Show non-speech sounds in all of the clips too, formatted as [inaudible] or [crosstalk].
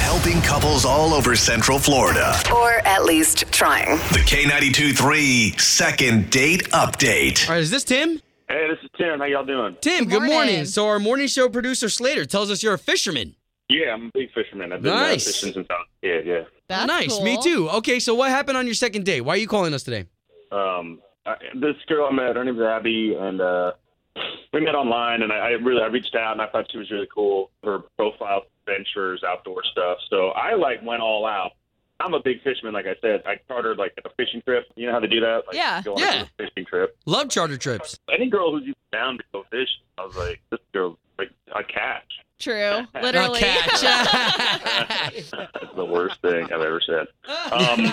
Helping couples all over Central Florida. Or at least trying. The K92 3 Second Date Update. All right, is this Tim? Hey, this is Tim. How y'all doing? Tim, Good good morning. morning. So our morning show producer Slater tells us you're a fisherman. Yeah, I'm a big fisherman. I've been Nice. uh, fishing since I was a kid. Yeah. Oh, That's nice. cool. Me too. Okay, so what happened on your second date? Why are you calling us today? Um, I, this girl I met, her name's Abby, and uh, we met online, and I, I really I reached out, and I thought she was really cool. Her profile, adventures, outdoor stuff. So I like went all out. I'm a big fisherman, like I said. I chartered like a fishing trip. You know how to do that? Like, Yeah. Go on Yeah. A fishing trip. Love charter trips. Any girl who's even down to go fish, I was like, this girl's like a catch. [laughs] True. Not Literally. catch. [laughs] That's the worst thing I've ever said. Um,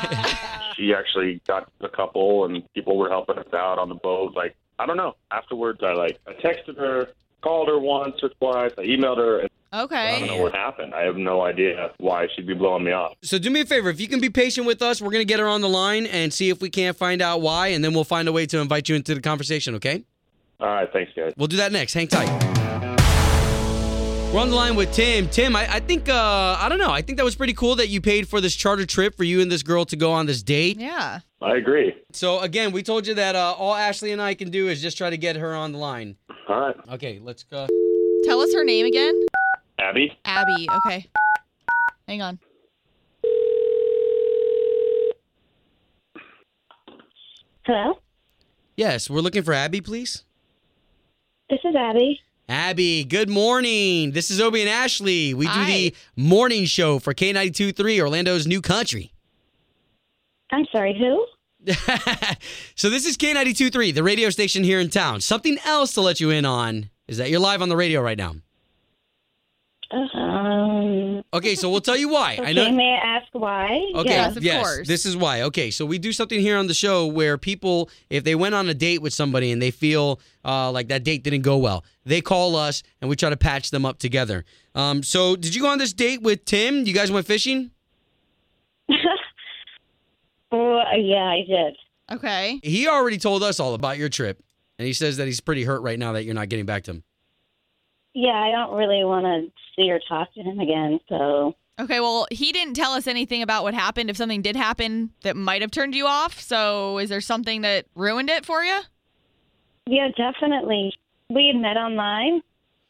she actually got a couple, and people were helping us out on the boat. Like I don't know. Afterwards, I like I texted her, called her once or twice, I emailed her, and I don't [laughs] okay. know what happened. I have no idea why she'd be blowing me off. so do me a favor. If you can be patient with us, we're gonna get her on the line and see if we can't find out why, and then we'll find a way to invite you into the conversation. Okay? All right, thanks guys. We'll do that next. Hang tight. We're on the line with Tim. Tim, I, I think uh, I don't know. I think that was pretty cool that you paid for this charter trip for you and this girl to go on this date. Yeah. I agree. So again, we told you that uh, all Ashley and I can do is just try to get her on the line. All right, Okay, let's go. Tell us her name again. Abby. Abby. Okay. Hang on. Hello, Yes, we're looking for Abby, please. this is Abby. Abby, good morning. This is Obie and Ashley. We do Hi. the morning show for K92.3, Orlando's new country. [laughs] I'm sorry, who? so this is K92.3, the radio station here in town. Something else to let you in on is that you're live on the radio right now. Um, Okay, so we'll tell you why. I know. okay, may I ask why? Okay. Yes, of course. This is why. Okay. So we do something here on the show where people, if they went on a date with somebody and they feel uh, like that date didn't go well, they call us and we try to patch them up together. Um, so did you go on this date with Tim? You guys went fishing? [laughs] Well, yeah, I did. Okay. He already told us all about your trip, and he says that he's pretty hurt right now that you're not getting back to him. [laughs] Yeah, I don't really want to see or talk to him again. So, Okay. Well, he didn't tell us anything about what happened. If something did happen that might have turned you off, so is there something that ruined it for [laughs] you? yeah, definitely. We had met online,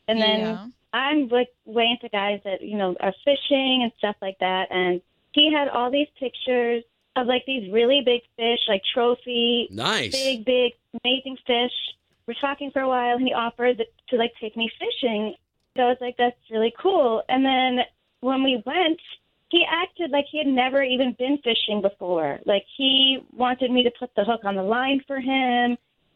and then Yeah. I'm like way into guys that you know are fishing and stuff like that. And he had all these pictures of like these really big fish, like trophy Nice. big, big, amazing fish. We're talking for a while, and he offered to like take me fishing. So I was like, "That's really cool." And then when we went, he acted like he had never even been fishing before. Like he wanted me to put the hook on the line for him.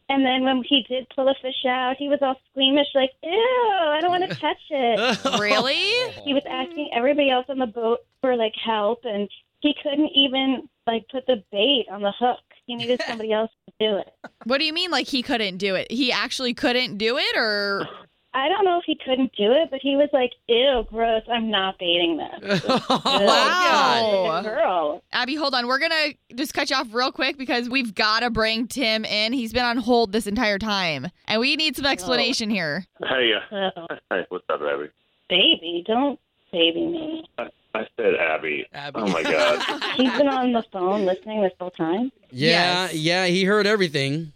And then when he did pull a fish out, he was all squeamish, like, "Ew, I don't want to touch it." Really? he was asking everybody else on the boat for like help and he couldn't even like put the bait on the hook he needed somebody else to do it What do you mean? Like he couldn't do it? He actually couldn't do it, or i don't know if he couldn't do it but he was like ew gross i'm not baiting [laughs] this Oh, Oh, wow. Wow. Ew, girl Abby, hold on. We're gonna just cut you off real quick because we've gotta bring Tim in. He's been on hold this entire time, and we need some explanation here. Hey, uh, Oh, [laughs] hey, what's up, Abby? baby don't baby me I said Abby. Abby. Oh my god. he's been on the phone listening this whole time Yeah, Yes. yeah, he heard everything.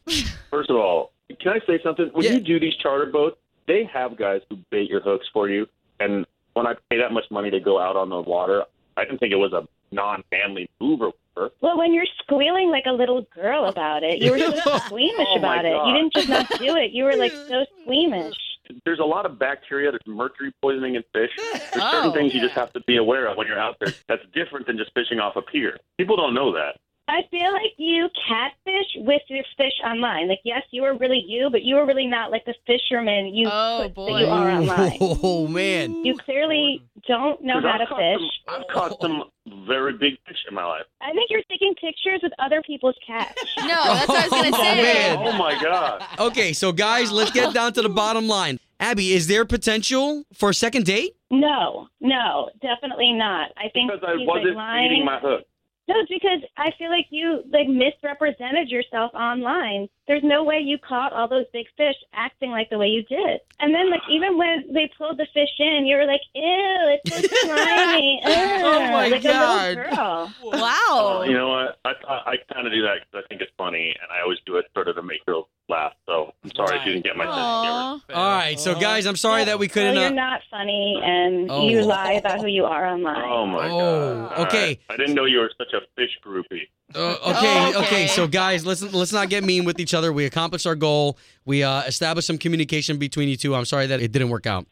First of all, can I say something? When Yeah. you do these charter boats, they have guys who bait your hooks for you. And when I pay that much money to go out on the water, I didn't think it was a non-family move or whatever. well when you're squealing like a little girl about it you were [laughs] so squeamish Oh, my about it God. you didn't just not do it you were like [laughs] so squeamish There's a lot of bacteria. There's mercury poisoning in [laughs] fish. There's Oh. certain things you just have to be aware of when you're out there. That's different than just fishing off a pier. People don't know that. I feel like you catfish with your fish online. Like, yes, you were really you, but you were really not like the fisherman you Oh, put boy. that [laughs] you are online. [laughs] Oh man. You clearly don't know 'Cause how to I've caught some- fish. I've caught some very big fish in my life. I think you're taking pictures with other people's cats. [laughs] No, that's what I was going [laughs] to Oh, say. man. Oh my god! Okay, so guys, let's get down to the bottom line. Abby, is there potential for a second date? no, no, definitely not. I think Because I he's wasn't like lying. feeding my hook. No, it's because I feel like you like misrepresented yourself online. There's no way you caught all those big fish acting like the way you did. And then like even when they pulled the fish in, you were like, "Ew, [laughs] it's so slimy." Ew, Oh, my like God. a little girl. Wow. Oh. Uh, Oh, You know what? I I, I kind of do that because I think it's funny, and I always do it sort of to make her laugh. So I'm sorry if you didn't get my sense. Aw. All right, so guys, I'm sorry that we couldn't. Well, Uh, you're not funny, and Oh. you lie about who you are online. Oh Oh, my god! All okay. right. I didn't know you were such a fish groupie. Uh, okay, Oh, okay, okay. So, guys, let's let's not get mean with each other. We accomplished our goal. We uh, established some communication between you two. I'm sorry that it didn't work out.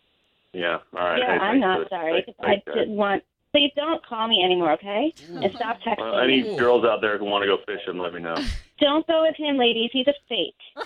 Yeah. All right. Yeah, Hey, thanks I'm not for- sorry. 'cause thanks- I thanks, guys. didn't want. Please don't call me anymore, okay? And stop texting. Well, any me. girls out there who want to go fishing, let me know. Don't go with him, ladies. He's a fake.